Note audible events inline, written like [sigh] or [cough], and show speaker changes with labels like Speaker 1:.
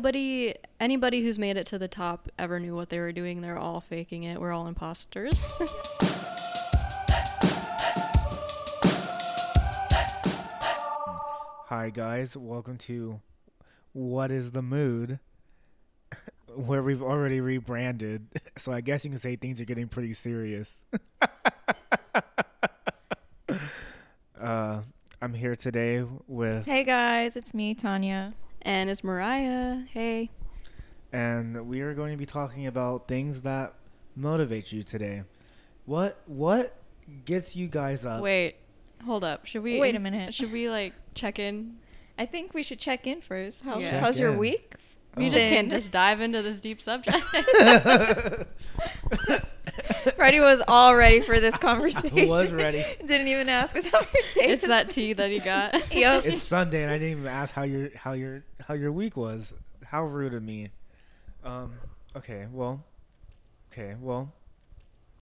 Speaker 1: Nobody, anybody who's made it to the top ever knew what they were doing. They're all faking it. We're all imposters. [laughs]
Speaker 2: Hi, guys. Welcome to What is the Mood? [laughs] Where we've already rebranded. [laughs] So I guess you can say things are getting pretty serious. [laughs] uh, I'm here today with,
Speaker 3: Hey guys, it's me, Tanya.
Speaker 1: and it's Mariah. Hey.
Speaker 2: and we are going to be talking about things that motivate you today. What what gets you guys up?
Speaker 1: Wait. Hold up. Should we?
Speaker 3: Wait a minute.
Speaker 1: Should we like check in?
Speaker 3: I think we should check in first. How's,
Speaker 1: Yeah.
Speaker 3: how's
Speaker 2: Check
Speaker 3: your
Speaker 2: in.
Speaker 3: week?
Speaker 1: We
Speaker 2: Oh.
Speaker 1: just can't
Speaker 3: [laughs]
Speaker 1: just dive into this deep subject.
Speaker 3: Freddie was all ready
Speaker 2: [laughs]
Speaker 3: for this conversation. [laughs]
Speaker 2: Was ready.
Speaker 3: Didn't even ask us how our day
Speaker 1: it's
Speaker 3: was.
Speaker 1: that tea that he got.
Speaker 3: Yep.
Speaker 2: it's Sunday and I didn't even ask how your how your how your week was. How rude of me. Um okay, well okay, well